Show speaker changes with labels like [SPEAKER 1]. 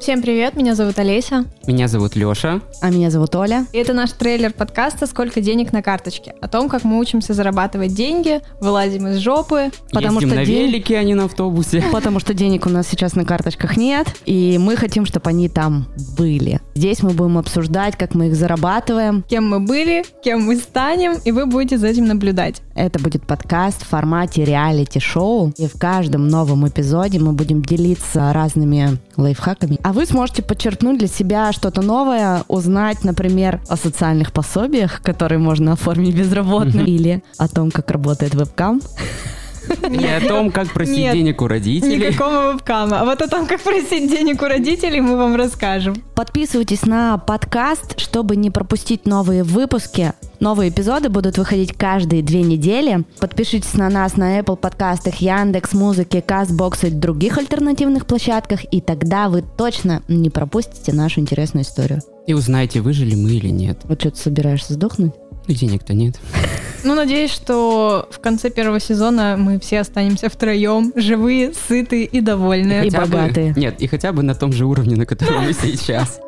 [SPEAKER 1] Всем привет, меня зовут Олеся.
[SPEAKER 2] Меня зовут Леша.
[SPEAKER 3] А меня зовут Оля.
[SPEAKER 1] И это наш трейлер подкаста «Сколько денег на карточке?» о том, как мы учимся зарабатывать деньги, вылазим из жопы.
[SPEAKER 3] Потому
[SPEAKER 2] Ездим
[SPEAKER 3] что
[SPEAKER 2] на
[SPEAKER 3] день-
[SPEAKER 2] велике, а не на автобусе.
[SPEAKER 3] Потому что денег у нас сейчас на карточках нет, и мы хотим, чтобы они там были. Здесь мы будем обсуждать, как мы их зарабатываем.
[SPEAKER 1] Кем мы были, кем мы станем, и вы будете за этим наблюдать.
[SPEAKER 3] Это будет подкаст в формате реалити-шоу, и в каждом новом эпизоде мы будем делиться разными лайфхаками. А вы сможете подчеркнуть для себя что-то новое, узнать, например, о социальных пособиях, которые можно оформить безработным, или о том, как работает вебкам.
[SPEAKER 2] И о том, как просить
[SPEAKER 1] Нет.
[SPEAKER 2] денег у родителей.
[SPEAKER 1] Никакого вебкама. А вот о том, как просить денег у родителей, мы вам расскажем.
[SPEAKER 3] Подписывайтесь на подкаст, чтобы не пропустить новые выпуски. Новые эпизоды будут выходить каждые две недели. Подпишитесь на нас на Apple подкастах, Яндекс Музыке, Castbox и других альтернативных площадках, и тогда вы точно не пропустите нашу интересную историю.
[SPEAKER 2] И узнаете, выжили мы или нет.
[SPEAKER 3] Вот что ты собираешься сдохнуть?
[SPEAKER 2] Ну, денег-то нет.
[SPEAKER 1] Ну, надеюсь, что в конце первого сезона мы все останемся втроем, живые, сытые и довольные.
[SPEAKER 3] И
[SPEAKER 2] Хотя бы-
[SPEAKER 3] богатые.
[SPEAKER 2] Нет, и хотя бы на том же уровне, на котором мы сейчас.